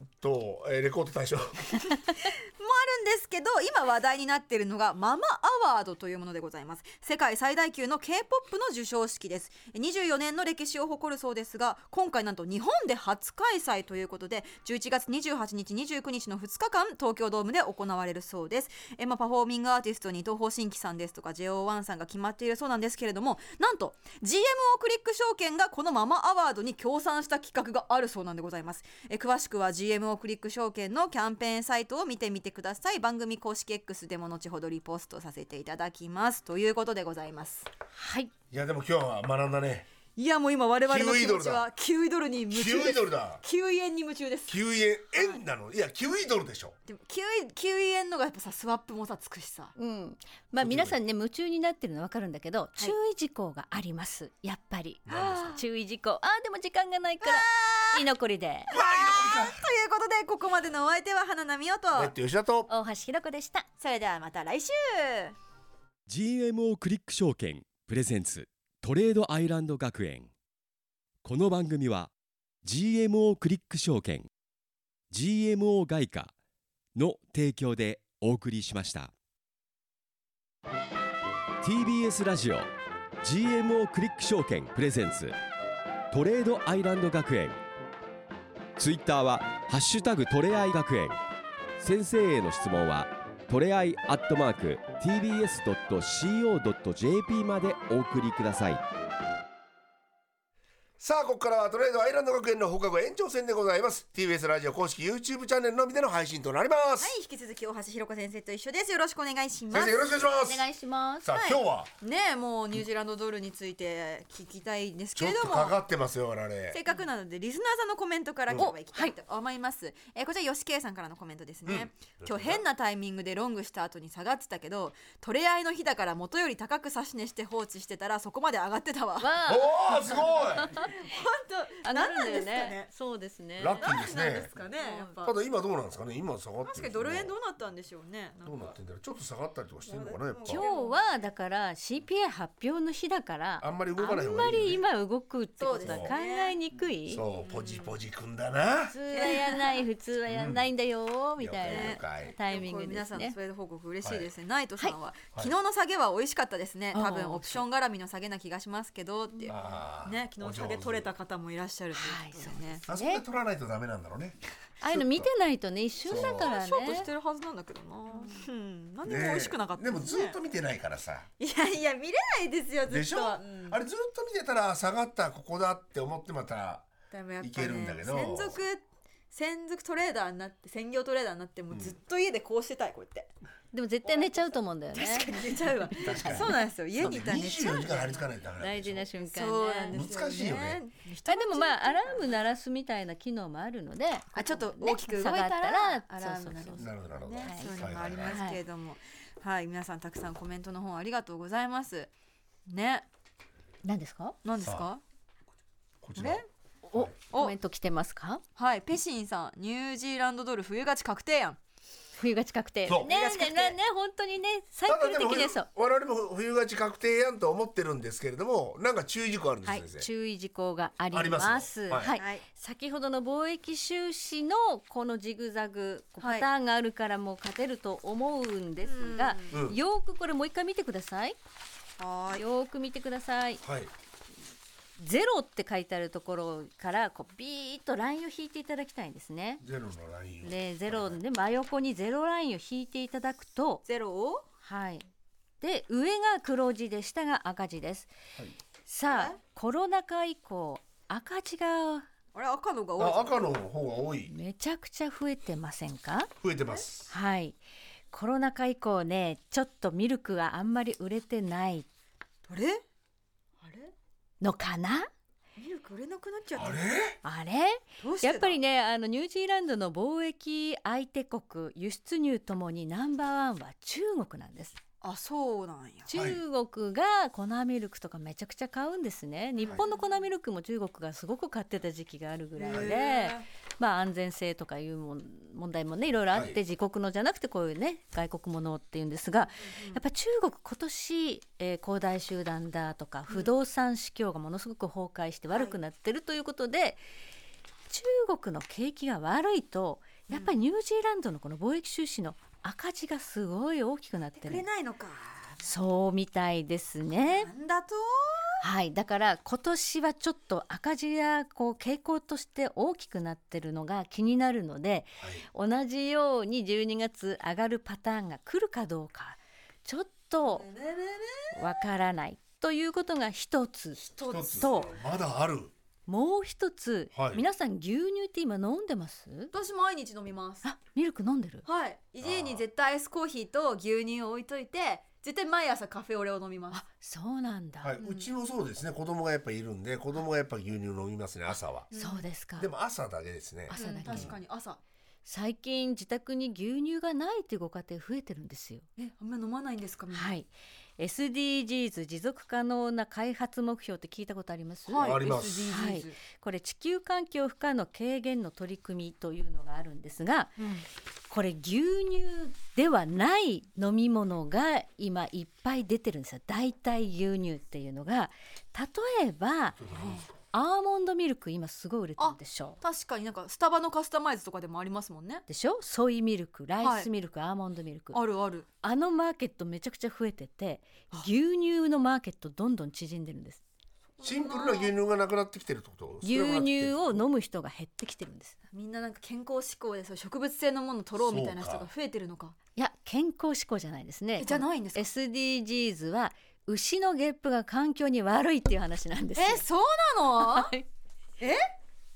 S2: ー、と、えーレコード大賞。
S5: あるんですけど今話題になっているのがママアワードというものでございます世界最大級の K-POP の授賞式です24年の歴史を誇るそうですが今回なんと日本で初開催ということで11月28日29日の2日間東京ドームで行われるそうですえまあパフォーミングアーティストに東方神起さんですとか JO1 さんが決まっているそうなんですけれどもなんと GMO クリック証券がこのママアワードに協賛した企画があるそうなんでございますえ詳しくは GMO クリック証券のキャンペーンサイトを見てみてください番組公式 X でも後ほどリポストさせていただきますということでございます
S4: はい
S2: いやでも今日は学んだね。
S3: いやもう今我々の気持ちは9
S2: 9
S3: イドルに夢中
S2: 9
S3: で
S2: イドル
S3: す
S2: だ
S3: 9円に夢中です
S2: 9円円なのいや9イドルでしょ
S3: でも9位9位円のがやっぱさスワップもさつくしさ
S4: うん、まあ皆さんね夢中になってるのは分かるんだけど、注意事項がありますやっぱり注意事項あーでも時間がないから居残りで
S6: ということでここまでのお相手は花奈美音
S2: だっ
S6: と
S2: て吉田と
S4: 大橋ひろ子でした
S6: それではまた来週
S1: GMO クリック証券プレゼンツトレードアイランド学園この番組は GMO クリック証券 GMO 外貨の提供でお送りしました TBS ラジオ GMO クリック証券プレゼンツトレードアイランド学園ツイッターは「ハッシュタグトレアイ学園」先生への質問はトレアイアットマーク TBS.CO.JP までお送りください
S2: さあここからはトレードアイランド学園の放課後延長戦でございます TBS ラジオ公式 YouTube チャンネルのみでの配信となります、
S6: はい引き続き大橋ひろ子先生と一緒ですよろしくお願いしま
S2: 先
S6: す
S2: 生よろしくお願いします
S4: お願いします
S2: さあ、今日は
S3: ねえもうニュージーランドドルについて聞きたいんです
S2: ち
S3: け
S2: ょ
S3: れ
S2: っ
S3: ど
S2: と
S3: も
S2: かかってますよ我々
S3: せっかくなのでリスナーさんのコメントから今日はいきたいと思います、えーこちら吉圭さんからのコメントですね、今日変なタイミングでロングした後に下がってたけど取れ合いの日だから元より高く指し値して放置してたらそこまで上がってたわ
S4: わあ
S2: おおすごい
S3: 当何なんですかね
S4: そうですね
S2: ラッキーです
S3: なんで
S2: ね
S3: すかねやっぱ
S2: ただ今どうなんですかね今下がってる
S3: 確かにドル円どうなったんでしょうねなん
S2: どうな
S3: か
S2: ってんだろうちょっと下がったりとかしてんのかなやっぱ
S4: 今日はだから CPI 発表の日だから
S2: あんまり動かない
S4: あん
S2: 方が
S4: ま
S2: いいよね
S4: り今動くってこ
S3: そ
S4: と
S3: うで
S4: は
S3: すね
S4: 考えにくい普
S2: そうポジポジくんだな
S4: 通はやらない普通はやらないんだよーみたい
S2: 了
S4: な
S2: 解
S4: タイミングで
S3: 皆
S4: す
S3: さんの
S4: ね
S3: スウェード報告嬉しいですね、ナイトさんは、昨日の下げは美味しかったですね
S4: あー
S3: 多分オプション絡みの下げな気がしますけどって
S2: あー
S3: ね昨日の下げ取れ
S2: お
S3: た
S2: 上
S3: 方もいらっしゃるということでね、
S2: 手あそこで取らないとダメなんだろうね
S4: ああいうの見てないとね一瞬だからね
S3: ショートしてるはずなんだけどな。うん、何も美味しくなかった
S2: ね
S3: ね、
S2: でもずっと見てないからさ
S3: いやいや見れないですよずっと。
S2: でしょ
S3: うん
S2: あれずっと見てたら下がったここだって思ってまた
S3: でもやっ
S2: い
S3: ぱ
S2: けるんだ
S3: ね
S2: けど
S3: 専属専属トレーダーになって専業トレーダーになってもうずっと家でこうしてたいこうやって。
S4: でも絶対寝ちゃうと思うんだよね
S3: 確かに寝ちゃうわ。
S2: かに
S3: そうなんですよ家にいたら寝ちゃう
S2: 24時。間張り付かないとダメなん
S4: 大
S2: でし
S4: 事
S2: ょ
S4: な瞬間
S3: そうなん
S4: ね
S3: ですよ、ね。
S2: 難しいよね。
S4: あでもまあアラーム鳴らすみたいな機能もあるので
S3: あちょっと
S4: ここね
S3: 大きく動いた
S4: 下
S3: ら
S4: がった
S3: ア
S4: ら
S3: ラー
S4: そ
S3: ム
S4: う
S3: な
S4: そ
S3: り
S4: うそう
S3: ます
S2: なるほどなるほど、
S3: ね、そういうの
S2: はいは
S3: もあ
S2: い
S3: り
S2: はい
S3: ますけれども、はい、皆さんたくさんコメントの方ありがとうございます。ね、
S4: 何ですか
S3: 何です
S2: さ
S3: か？
S2: こちら
S3: ね
S4: お
S3: お
S4: コメント来てますか
S3: はい、ペシンさん、ニュージーランドドル冬勝ち確定やん。
S4: 冬が近くてね
S2: そう
S4: ね
S3: 冬が近くて
S4: ねね本当にねサイクル的ですよ
S2: 我々も冬勝ち確定やんと思ってるんですけれどもなんか注意事項あるんです
S4: はい
S2: よ、先生、
S4: 注意事項がありま
S2: あ
S4: す
S2: りますよ
S4: は
S2: はいい
S3: はい
S4: 先ほどの貿易収支のこのジグザグこう
S3: は
S4: パ
S3: い
S4: ターンがあるからもう勝てると思うんですが、
S2: うん
S4: よーくこれもう一回見てください、
S3: はーい。
S4: よーく見てください
S2: はい
S4: ゼロって書いてあるところからこうビーッとラインを引いていただきたいんですね
S2: ゼロのラインを
S4: でゼロで真横にゼロラインを引いていただくと
S3: ゼロを
S4: はい。で上が黒字で下が赤字です。さあコロナ禍以降赤字が
S3: あれ赤のが
S2: あ
S3: 多い。
S2: 赤の方が多い
S4: めちゃくちゃ増えてませんか？
S2: 増えてます
S4: はい。コロナ禍以降ねちょっとミルクはあんまり売れてない
S3: あれ？あれ？
S4: のかな？
S3: ミルク売れなくなっちゃった。
S2: あれ
S4: あれ
S3: どうしてだ
S4: やっぱりねあのニュージーランドの貿易相手国輸出入ともにナンバーワンは中国なんです
S3: あそうなんや。
S4: 中国が粉ミルクとかめちゃくちゃ買うんですね、日本の粉ミルクも中国がすごく買ってた時期があるぐらいで、
S3: へ
S4: まあ、安全性とかいうもん問題もねいろいろあっ
S2: は
S4: て、
S2: い
S4: 自国のじゃなくてこういうね外国ものっていうんですが、やっぱ中国今年、えー恒大集団だとか不動産市況がものすごく崩壊して悪くなってるということで、中国の景気が悪いとやっぱりニュージーランドのこの貿易収支の赤字がすごい大きくなって
S3: 売
S4: る
S3: れ。ないのか。
S4: そうみたいですね。
S3: なんだと？
S4: はい、だから今年はちょっと赤字がこう傾向として大きくなってるのが気になるので、同じように12月上がるパターンが来るかどうかちょっと
S3: ねねねね
S4: わからないということが一つ
S2: 一つ
S4: と
S2: まだある
S4: もう一つ、
S2: はい
S4: 皆さん牛乳って今飲んでます
S3: 私毎日飲みます。
S4: あミルク飲んでる
S3: はい。家に絶対アイスコーヒーと牛乳を置いといて。絶対毎朝カフェオレを飲みます
S4: そうなんだ、
S2: はい、うちもそうですね子供がやっぱいるんで子供がやっぱ牛乳飲みますね朝は
S4: そうですか
S2: でも朝だけですね
S4: 朝だけ、
S3: 確かに朝
S4: 最近自宅に牛乳がないというご家庭増えてるんですよ
S3: えあんま飲まないんですかみんな
S4: はい SDGs 持続可能な開発目標って聞いたことあります、
S2: いあります
S5: SDGs
S4: はいこれ地球環境負荷の軽減の取り組みというのがあるんですがこれ牛乳ではない飲み物が今いっぱい出てるんですよ代替牛乳っていうのが例えばアーモンドミルク今すごい売れてるでしょ
S5: 確かになんかスタバのカスタマイズとかでもありますもんね
S4: でしょソイミルクライスミルク、アーモンドミルク
S5: あるある
S4: あのマーケットめちゃくちゃ増えてて牛乳のマーケットどんどん縮んでるんです
S2: シンプルな牛乳がなくなってきてるってこと
S4: 牛乳を飲む人が減ってきてるんです
S3: みんななんか健康志向でそう植物性のもの取ろうみたいな人が
S2: そう
S3: 増えてるのか
S4: いや健康志向じゃないですね
S5: えじゃないんですか
S4: SDGs は牛のゲップが環境に悪いっていう話なんですよ
S5: えそうなの、
S3: え牛の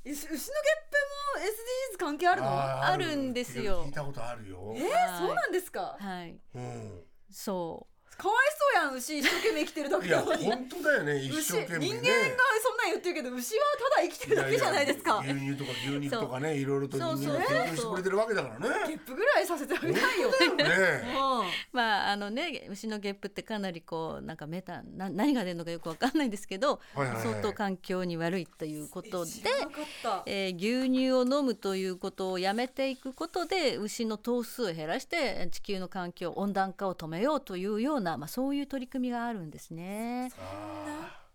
S3: ゲップも SDGs 関係あるの
S2: あ
S4: あるんですよ
S2: 聞いたことあるよ
S3: えーそうなんですか
S4: はい
S2: うん
S4: そ
S3: かわいそうやん牛一生懸命生きてるだけ
S2: い
S3: な
S2: や
S3: のに
S2: 本当だよね一
S3: 牛
S2: 生
S3: 人
S2: 懸
S3: 間
S2: 命
S3: がそん
S2: ね
S3: なん言ってるけど牛はただ生きてるだけじゃないですか
S2: いやいや牛乳とか牛肉とかねいろいろと人間が
S4: そうそう
S2: 提供してくれてるわけだから
S3: ゲ
S2: ね
S3: ップぐらいさせてあげたいよ
S2: 本当だよね
S4: うまああのね牛のゲップってかなりこうなんかメタンな何が出るのかよくわかんないんですけど、
S2: はいはいはい
S4: 相当環境に悪いということで
S3: 知らなかった
S4: えー牛乳を飲むということをやめていくことで牛の頭数を減らして地球の環境温暖化を止めようというような、まあ、そういう取り組みがあるんですね。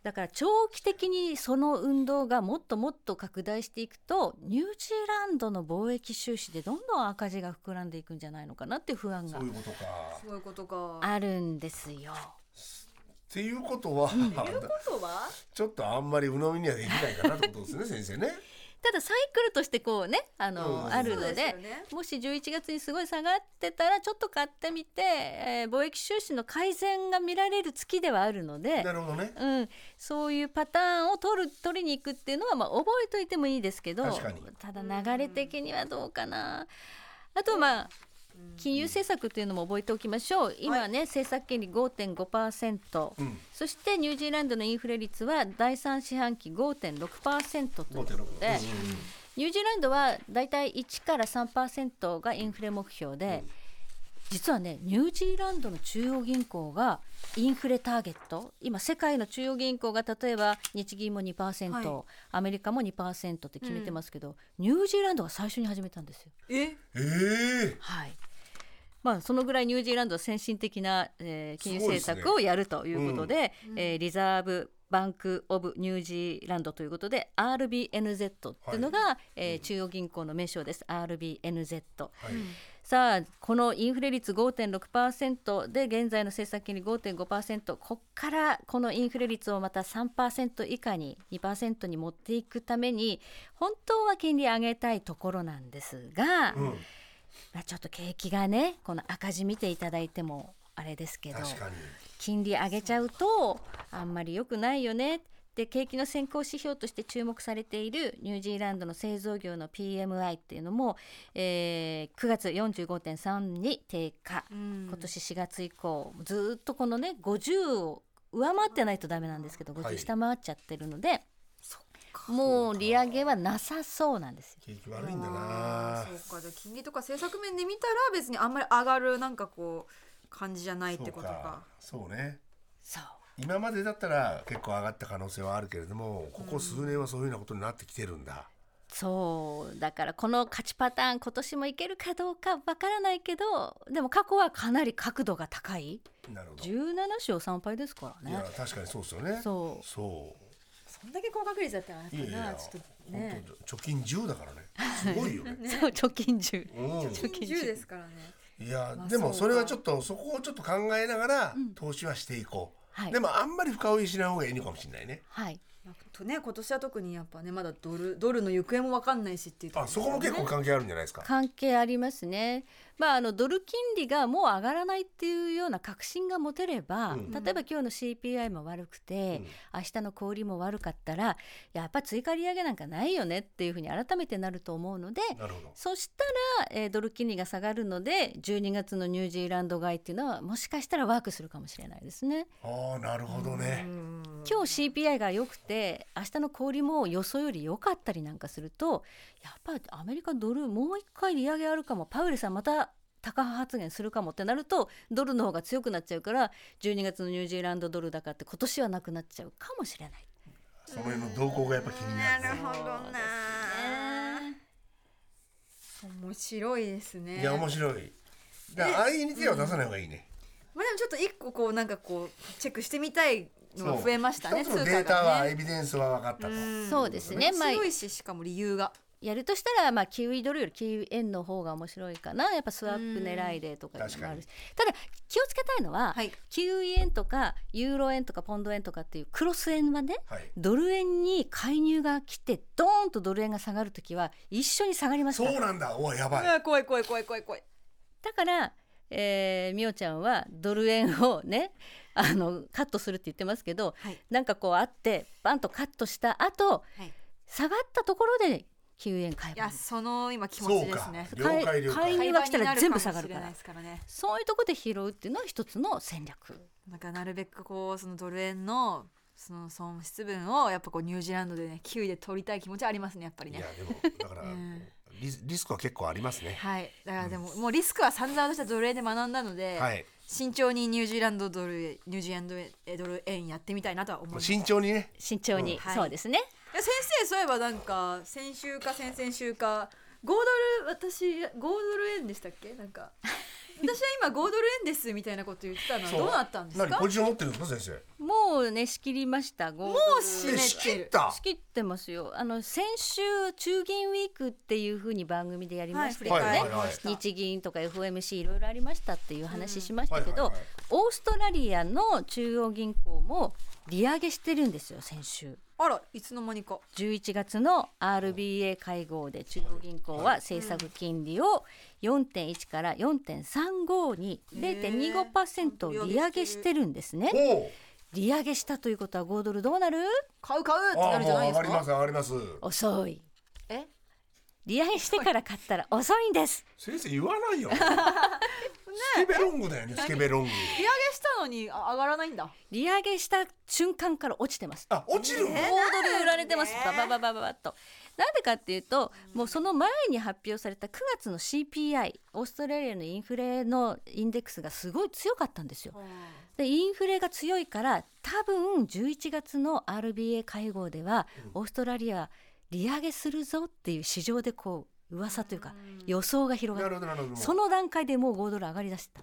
S4: だから長期的にその運動がもっともっと拡大していくとニュージーランドの貿易収支でどんどん赤字が膨らんでいくんじゃないのかなっていう不安が
S2: そういうことか
S3: そういうことか
S4: あるんですよ。
S2: っていうことは
S3: そうは
S2: ちょっとあんまり鵜呑みにはできないかなってことですね先生ね
S4: ただサイクルとしてこうねあの、
S2: うん
S4: あるの
S3: そう
S4: で
S3: ですよね
S4: もし11月にすごい下がってたらちょっと買ってみて、えー貿易収支の改善が見られる月ではあるので
S2: な、るほどね
S4: うん、そういうパターンを取る取りに行くっていうのは、まあ、覚えといてもいいですけど
S2: 確かに
S4: ただ流れ的にはどうかな。あとまあ金融政策というのも覚えておきましょう今ね、政策金利5.5%、
S2: うん
S4: そしてニュージーランドのインフレ率は第3四半期5.6%ということで、
S2: うんうんうん
S4: ニュージーランドはだいたい1から3%がインフレ目標で、実はねニュージーランドの中央銀行がインフレターゲット今世界の中央銀行が例えば日銀も2%、
S5: は
S4: アメリカも2%って決めてますけど、ニュージーランドが最初に始めたんですよ。
S5: え
S2: ええ
S4: はいまあ、そのぐらいニュージーランドは先進的な、えー金融
S2: すごいです
S4: 政
S2: ね
S4: 策をやるということでえーリザーブ・バンク・オブ・ニュージーランドということで RBNZ っていうのが、えー中央銀行の名称です RBNZ。
S2: はい
S4: さあこのインフレ率5.6%で現在の政策金利5.5%ここからこのインフレ率をまた3%以下に2%に持っていくために本当は金利上げたいところなんですが、
S2: うん
S4: まあ、ちょっと景気がねこの赤字見ていただいてもあれですけど
S2: 確かに
S4: 金利上げちゃうとあんまり良くないよねで景気の先行指標として注目されているニュージーランドの製造業の PMI っていうのも、えー9月45.3に低下、今年4月以降ずーっとこのね50を上回ってないとダメなんですけど
S2: は
S4: 50
S2: い
S4: 下回っちゃってるので、もう利上げはなさそうなんですよ。
S2: 景気悪いんだな
S5: そうかじゃあ金利とか政策面で見たら別にあんまり上がるなんかこう感じじゃないってことか
S2: そうね
S4: そう
S2: 今までだったら結構上がった可能性はあるけれどもここ数年はそういうようなことになってきてるんだ、
S4: そうだからこの勝ちパターン今年もいけるかどうかわからないけどでも過去はかなり角度が高い
S2: なるほどい
S4: 17勝3敗ですからね
S2: や確かにそうですよね
S4: そう
S2: そう
S3: そんだけ高確率だったら
S2: いやいや
S3: ちょっと
S2: 本当貯金10だからねすごいよね
S4: そう貯金10
S2: う
S4: 貯金
S5: 10ですからね
S2: んいやでもそれはちょっとそこをちょっと考えながら投資はしていこう、
S4: はい
S2: でもあんまり深追いしない方がいいのかもしれないね
S4: はい
S3: なんかとね今年は特にやっぱねまだドルドルの行方もわかんないしっていうとこ
S2: あ
S3: ろ
S2: そこも結構関係あるんじゃないですか
S4: 関係ありますね、まあ、あのドル金利がもう上がらないっていうような確信が持てれば、
S2: うん
S4: 例えば今日の CPI も悪くて、明日の小売りも悪かったらやっぱ追加利上げなんかないよねっていうふうに改めてなると思うので
S2: なるほど
S4: そしたら、えードル金利が下がるので12月のニュージーランド買いっていうのはもしかしたらワークするかもしれないですね。
S2: ああなるほどね
S4: 今日 CPI が良くて明日の小売りも予想より良かったりなんかするとやっぱアメリカドルもう一回利上げあるかもパウエルさんまた高派発言するかもってなるとドルの方が強くなっちゃうから12月のニュージーランドドル高って今年はなくなっちゃうかもしれない。
S2: その辺の動向がやっぱ気になるね
S7: なるほどな
S3: 面白いですね
S2: いや面白いだから安易に手は出さない方がいいね
S3: まあでもちょっと一個こうなんかこうチェックしてみたいのが増えましたね
S2: 一つの
S3: 通
S2: デ
S3: 貨
S2: ータは
S3: が
S2: エ
S3: ね
S2: ビデンスは分かったと
S4: そうですね、まあ
S3: 強いししかも理由が
S4: やるとしたら、まあ、キウイドルよりキウイ円の方が面白いかなやっぱスワップ狙いでとかいうのもあるしただ気をつけたいのは、
S3: はい
S4: キウイ円とかユーロ円とかポンド円とかっていうクロス円はね、
S2: はい
S4: ドル円に介入が来てドーンとドル円が下がるときは一緒に下がりますか
S2: そう
S4: ら
S2: なんだおいやば
S3: う
S2: い
S3: わ怖い怖い怖い怖い怖い
S4: だから、えー、みおちゃんはドル円をね あのカットするって言ってますけど、
S3: はい
S4: なんかこうあってバンとカットした後、
S3: はい
S4: 下がったところで9円買え
S3: い
S4: ばい
S3: や
S4: い
S3: その今気持
S2: そ
S3: ち
S2: う
S3: です
S2: か
S3: ね
S2: 了解了
S4: 買
S2: 解
S4: い会話来たら全部下がるから
S3: 会話になもしれないですからね
S4: そういうところで拾うっていうのは一つの戦略。
S3: なんかなるべくこうそのドル円のその損失分をやっぱこうニュージーランドでねキウイで取りたい気持ちはありますねやっぱり
S2: い
S3: ね
S2: やでもだから
S3: ん
S2: リスリスクは結構ありますね
S3: はいだからでも、もうリスクは散々私はドル円で学んだので、
S2: はい
S3: 慎重にニュージーランドドル円ニュージーランド円ドル円やってみたいなとは思い
S2: もう
S3: ます
S2: 慎重にね
S4: 慎重に、
S3: うんはい
S4: そうですね
S3: いや先生そういえばなんか先週か先々週か5ドル私5ドル円でしたっけな んか私は今5ドル円ですみたいなこと言ってたのは
S2: そう
S3: どうなったんです
S2: 何
S3: か
S2: ポジション持ってるんですか先生
S4: もうね仕切りましたもう
S3: 締
S2: え
S3: め
S2: 仕
S3: て
S2: 切
S3: る
S2: った
S4: 仕切ってますよあの先週中銀ウィークっていうふうに番組でやりましたよね、
S2: はい振り返りました
S4: 日銀とか FOMC いろいろありましたっていう話しましたけど、
S2: はいはいはい
S4: オーストラリアの中央銀行も利上げしてるんですよ先週
S3: あらいつの間にか
S4: 11月の RBA 会合で中央銀行は政策金利を4.1から4.35に0.25%利上げしてるんですね
S2: おお
S4: 利上げしたということは5ドルどうなる
S3: 買う買うって
S2: あ
S3: な
S2: あ
S3: るじゃ
S2: もう
S3: ない
S2: 上
S3: で
S2: が
S3: す
S2: ります
S3: か
S2: 上がります
S4: 遅い
S3: え
S4: 利上げしてから買ったら遅いんです
S2: 先生言わないよスケベロングだよねスケベロング
S3: 利上げしたのにあ上がらないんだ
S4: 利上げした瞬間から落ちてます
S2: あ落ちるんだ
S4: 5ドル売られてますババババババッとなんでかっていうともうその前に発表された9月の CPI オーストラリアのインフレのインデックスがすごい強かったんですよでインフレが強いから多分11月の RBA 会合ではオーストラリア利上げするぞっていう市場でこう噂というか予想が広が
S2: な
S4: っ
S2: る
S4: て
S2: ほどなるほど
S4: その段階でもう5ドル上がりだした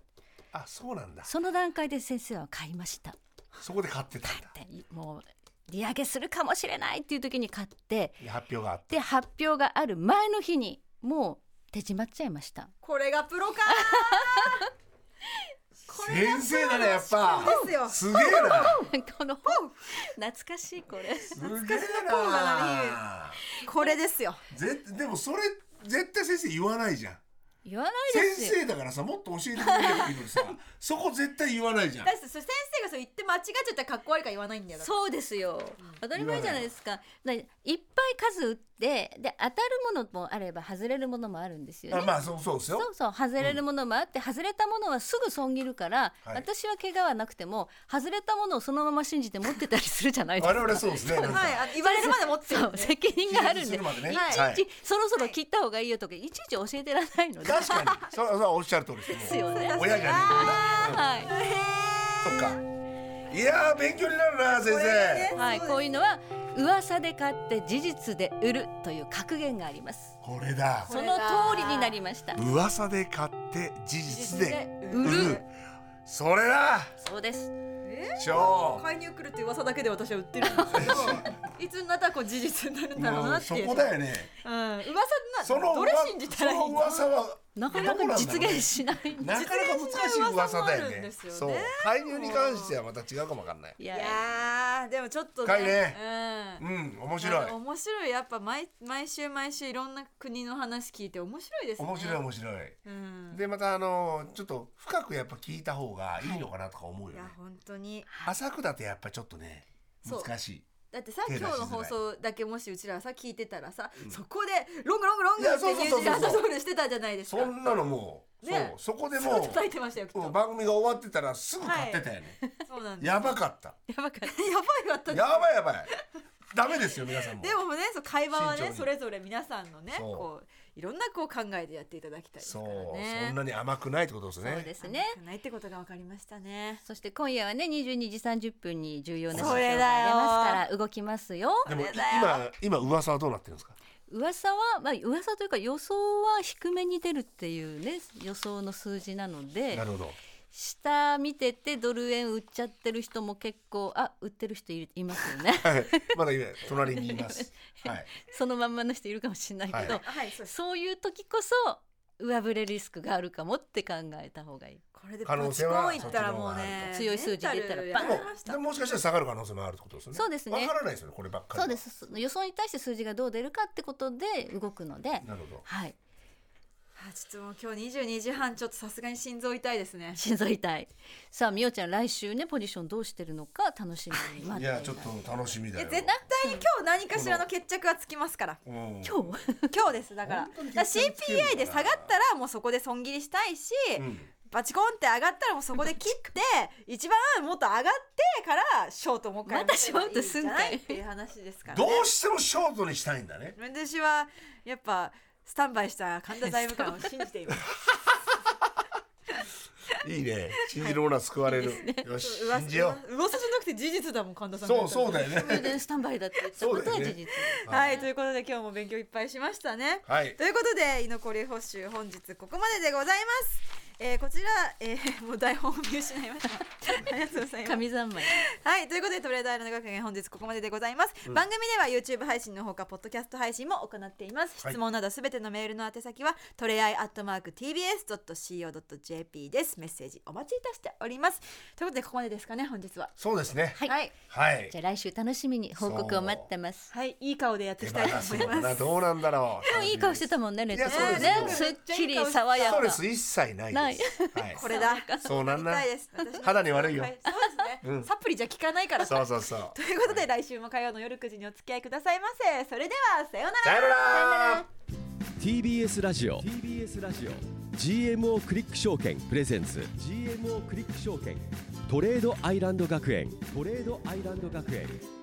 S2: あそうなんだ
S4: その段階で先生は買いました
S2: そこで買ってたんだ
S4: でもう利上げするかもしれないっていう時に買って
S2: 発表があって
S4: で発表がある前の日にもう手締まっちゃいました
S3: これがプロか
S2: 先生だねやっぱ
S3: ですよ
S2: すげえな
S4: この懐かしいこれ
S2: すげえ
S3: コーナー
S2: な
S3: これですよ
S2: ぜでもそれ絶対先生言わないじゃん
S4: 言わないです
S2: 先
S4: よ
S2: 生だからさもっと教えてくれればいいのにさそこ絶対言わないじゃん
S3: だってそれ先生がそう言って間違っちゃったらかっこ悪いから言わないんだよだって
S4: そうですよ当たり前じゃないですかだいっぱい数打ってで当たるものもあれば外れるものもあるんですよ
S2: あ
S4: ね
S2: まあそうそうですよ
S4: そうそう外れるものもあって、外れたものはすぐ損切るから、
S2: はい
S4: 私は怪我はなくても外れたものをそのまま信じて持ってたりするじゃないですか
S2: 我々そうですねなんか
S3: はいあ言われるまで持ってる
S4: そ
S3: ん
S4: う
S3: で
S4: 責任がある
S2: 気絶
S4: んで
S2: するまでね
S4: いち
S2: はい
S4: いちそろそろ切った方がいいよとかいちいち教えてらんないので、
S2: 確かにそれそれはおっしゃる通りです
S4: すよね
S2: もう親じゃね
S4: はい
S2: えんだなそっかいやー勉強になるな先生
S4: はい、こういうのは噂で買って事実で売るという格言があります
S2: これだ
S4: その通りになりました
S2: 噂で買って事実で
S4: 売
S2: 売る
S4: る
S2: それだ
S4: そうです
S2: 超
S3: 介入来るって噂だけで私は売ってるんですけどいつになったらこう事実になるんだろう
S2: も
S3: な
S2: う
S3: って
S2: そ
S3: いう
S2: こだよね
S3: うん、噂な
S2: その
S3: どれ信じたらいい
S2: その噂は
S4: なか
S2: ど
S4: な
S2: こ
S4: か
S2: んだろう
S4: 実
S2: ね
S4: 現しない。
S2: なかなか難しい噂だよねそう
S3: 実現噂もあるんですよね
S2: 介入に関してはまた違うかもわかんない
S4: い
S3: い
S4: や
S3: やーでもちょっと
S2: 深いね
S3: う
S2: う
S3: ん
S2: ん面
S3: な
S2: 白
S3: ん
S2: い
S3: か面白いやっぱ毎毎週毎週いろんな国の話聞いて面白いですね
S2: 面白い面白い
S3: うん、
S2: でまたあのちょっと深くやっぱ聞いた方がいいのかなとか思う
S3: い
S2: よね
S3: や本当に
S2: 浅くだとやっぱちょっとね
S3: そう
S2: 難しい
S3: だってさ
S2: 手出
S3: 今
S2: しづら
S3: 日
S2: い
S3: の放送だけもしうちらさ聞いてたらさ、そこでロングロングロングっ
S2: いやそう
S3: てニュ
S2: そうそうそう
S3: ージーランドソウルしてたじゃないですか
S2: そんなのもう
S3: ね
S2: そうそこで
S3: そう
S2: も
S3: 叩いてましたよきっ
S2: う
S3: と、
S2: うん番組が終わってたらすぐ買ってたよね
S3: そうなんです
S2: やばかった
S4: ばかっ
S3: やばいわった
S2: やばいやばいダメですよ皆さんも
S3: でもねそう会話は
S2: 慎重
S3: ね
S2: に
S3: それぞれ皆さんのね
S2: そう
S3: こういろんなこう考えでやっていただきたいです
S2: そ
S3: か
S2: う
S3: らね
S2: そんなに甘くないってことです
S4: た。そう
S2: ね
S4: ですね。
S3: 甘くないってことが分かりましたね
S4: そして今夜はね22時30分に重要な
S3: それだよ
S4: がありますから動きますよ。
S2: でもい今今噂はどうなってるんですか
S4: 噂はまあ噂というか予想は低めに出るっていうね予想の数字なので
S2: なるほど
S4: 下見ててドル円売っちゃってる人も結構あ売ってる人いいますよね
S2: はいまだ今隣にいますはい
S4: そのまんまの人いるかもしれないけど、
S2: は
S3: はいそうです
S4: そういう時こそ上振れリスクがあるかもって考えた方がいい。
S3: これで
S2: 可
S3: ぶ
S2: 能
S3: ち
S2: 性
S3: 込
S2: は
S3: んいったらもうね
S4: 強い数字出たらバ
S3: バ
S4: ン
S2: で
S3: ン
S2: も
S3: まし
S2: で
S3: た
S2: ももしかしたら下がる可能性もあるってことですね
S4: そうですね
S2: わからないですよねこればっかり
S4: そ
S2: は
S4: うですその予想に対して数字がどう出るかってことで動くので、
S2: なるほど
S4: はい、
S3: あちょっともう今日22時半ちょっとさすがに心臓痛いですね
S4: 心臓痛いさあみおちゃん来週ねポジションどうしてるのか楽しみに待って
S2: い
S4: いま
S2: や
S4: す
S2: ちょっと楽しみだよ
S3: 絶対に今日何かしらの決着はつきますから
S2: うん
S4: 今日
S3: 今日ですだからだ
S2: 本当に
S3: から
S2: 決着つけるのかな
S3: CPI で下がったらもうそこで損切りしたいし、
S2: うん
S3: バチコンって上がったらもうそこで切 って一番もっと上がってからショートもう一回
S4: またショートすんかい
S3: いいじゃないっていう話ですから、
S2: ど
S3: ね、
S2: うしてもショートにしたいんだね
S3: 私はやっぱスタンバイした神田財務官を信じています
S2: いいね信じるものは救われるよし
S3: 噂
S2: 信じよ
S3: 噂じゃなくて事実だもん神田
S2: う
S3: さんが
S2: そう
S3: 言った
S2: そ
S3: の
S2: うだよ
S4: それ
S2: ね
S4: でスタンバイだって言ったことは事
S2: そうだよ
S4: 実
S2: ね
S3: はいということで今日も勉強いっぱいしましたね
S2: はい
S3: ということで居残り補習本日ここまででございます、えー、こちら、えー、もう台本を見失いましたありがとうございます
S4: 神三昧
S3: はい、ということでトレーダーの学園本日ここまででございます、番組では YouTube 配信のほかポッドキャスト配信も行っています、
S2: はい
S3: 質問などすべてのメールの宛先はトレアイアットマーク TBS.CO.JP ですメッセージお待ちいたしておりますということでここまでですかね本日は
S2: そうですね
S4: はい、
S3: はい、
S2: はい
S4: じゃあ来週楽しみに報告を待ってます
S3: はい、いい顔でやっていきたいと思い
S2: 手放すのか
S3: ま
S2: な
S3: す
S2: どうなんだろう
S4: でもいい顔してたもんねレッドさん
S2: いやそう
S4: ね
S2: です
S4: す
S3: よ
S4: っきり爽や
S2: スト
S4: か
S2: レス一切ない
S4: な
S2: で
S4: い
S2: すはい
S3: これだ
S2: そうなんない
S3: 痛いです私の
S2: 肌に悪いよ
S3: はいそうですね、
S2: うん
S3: サプリじゃ効かないから
S2: そうそうそう
S3: ということで来週も火曜の夜9時にお付き合いくださいませそれではさようなら
S2: さよなら
S1: TBS ラジオ TBS ラジオ GMO クリック証券プレゼンツ GMO クリック証券トレードアイランド学園トレードアイランド学園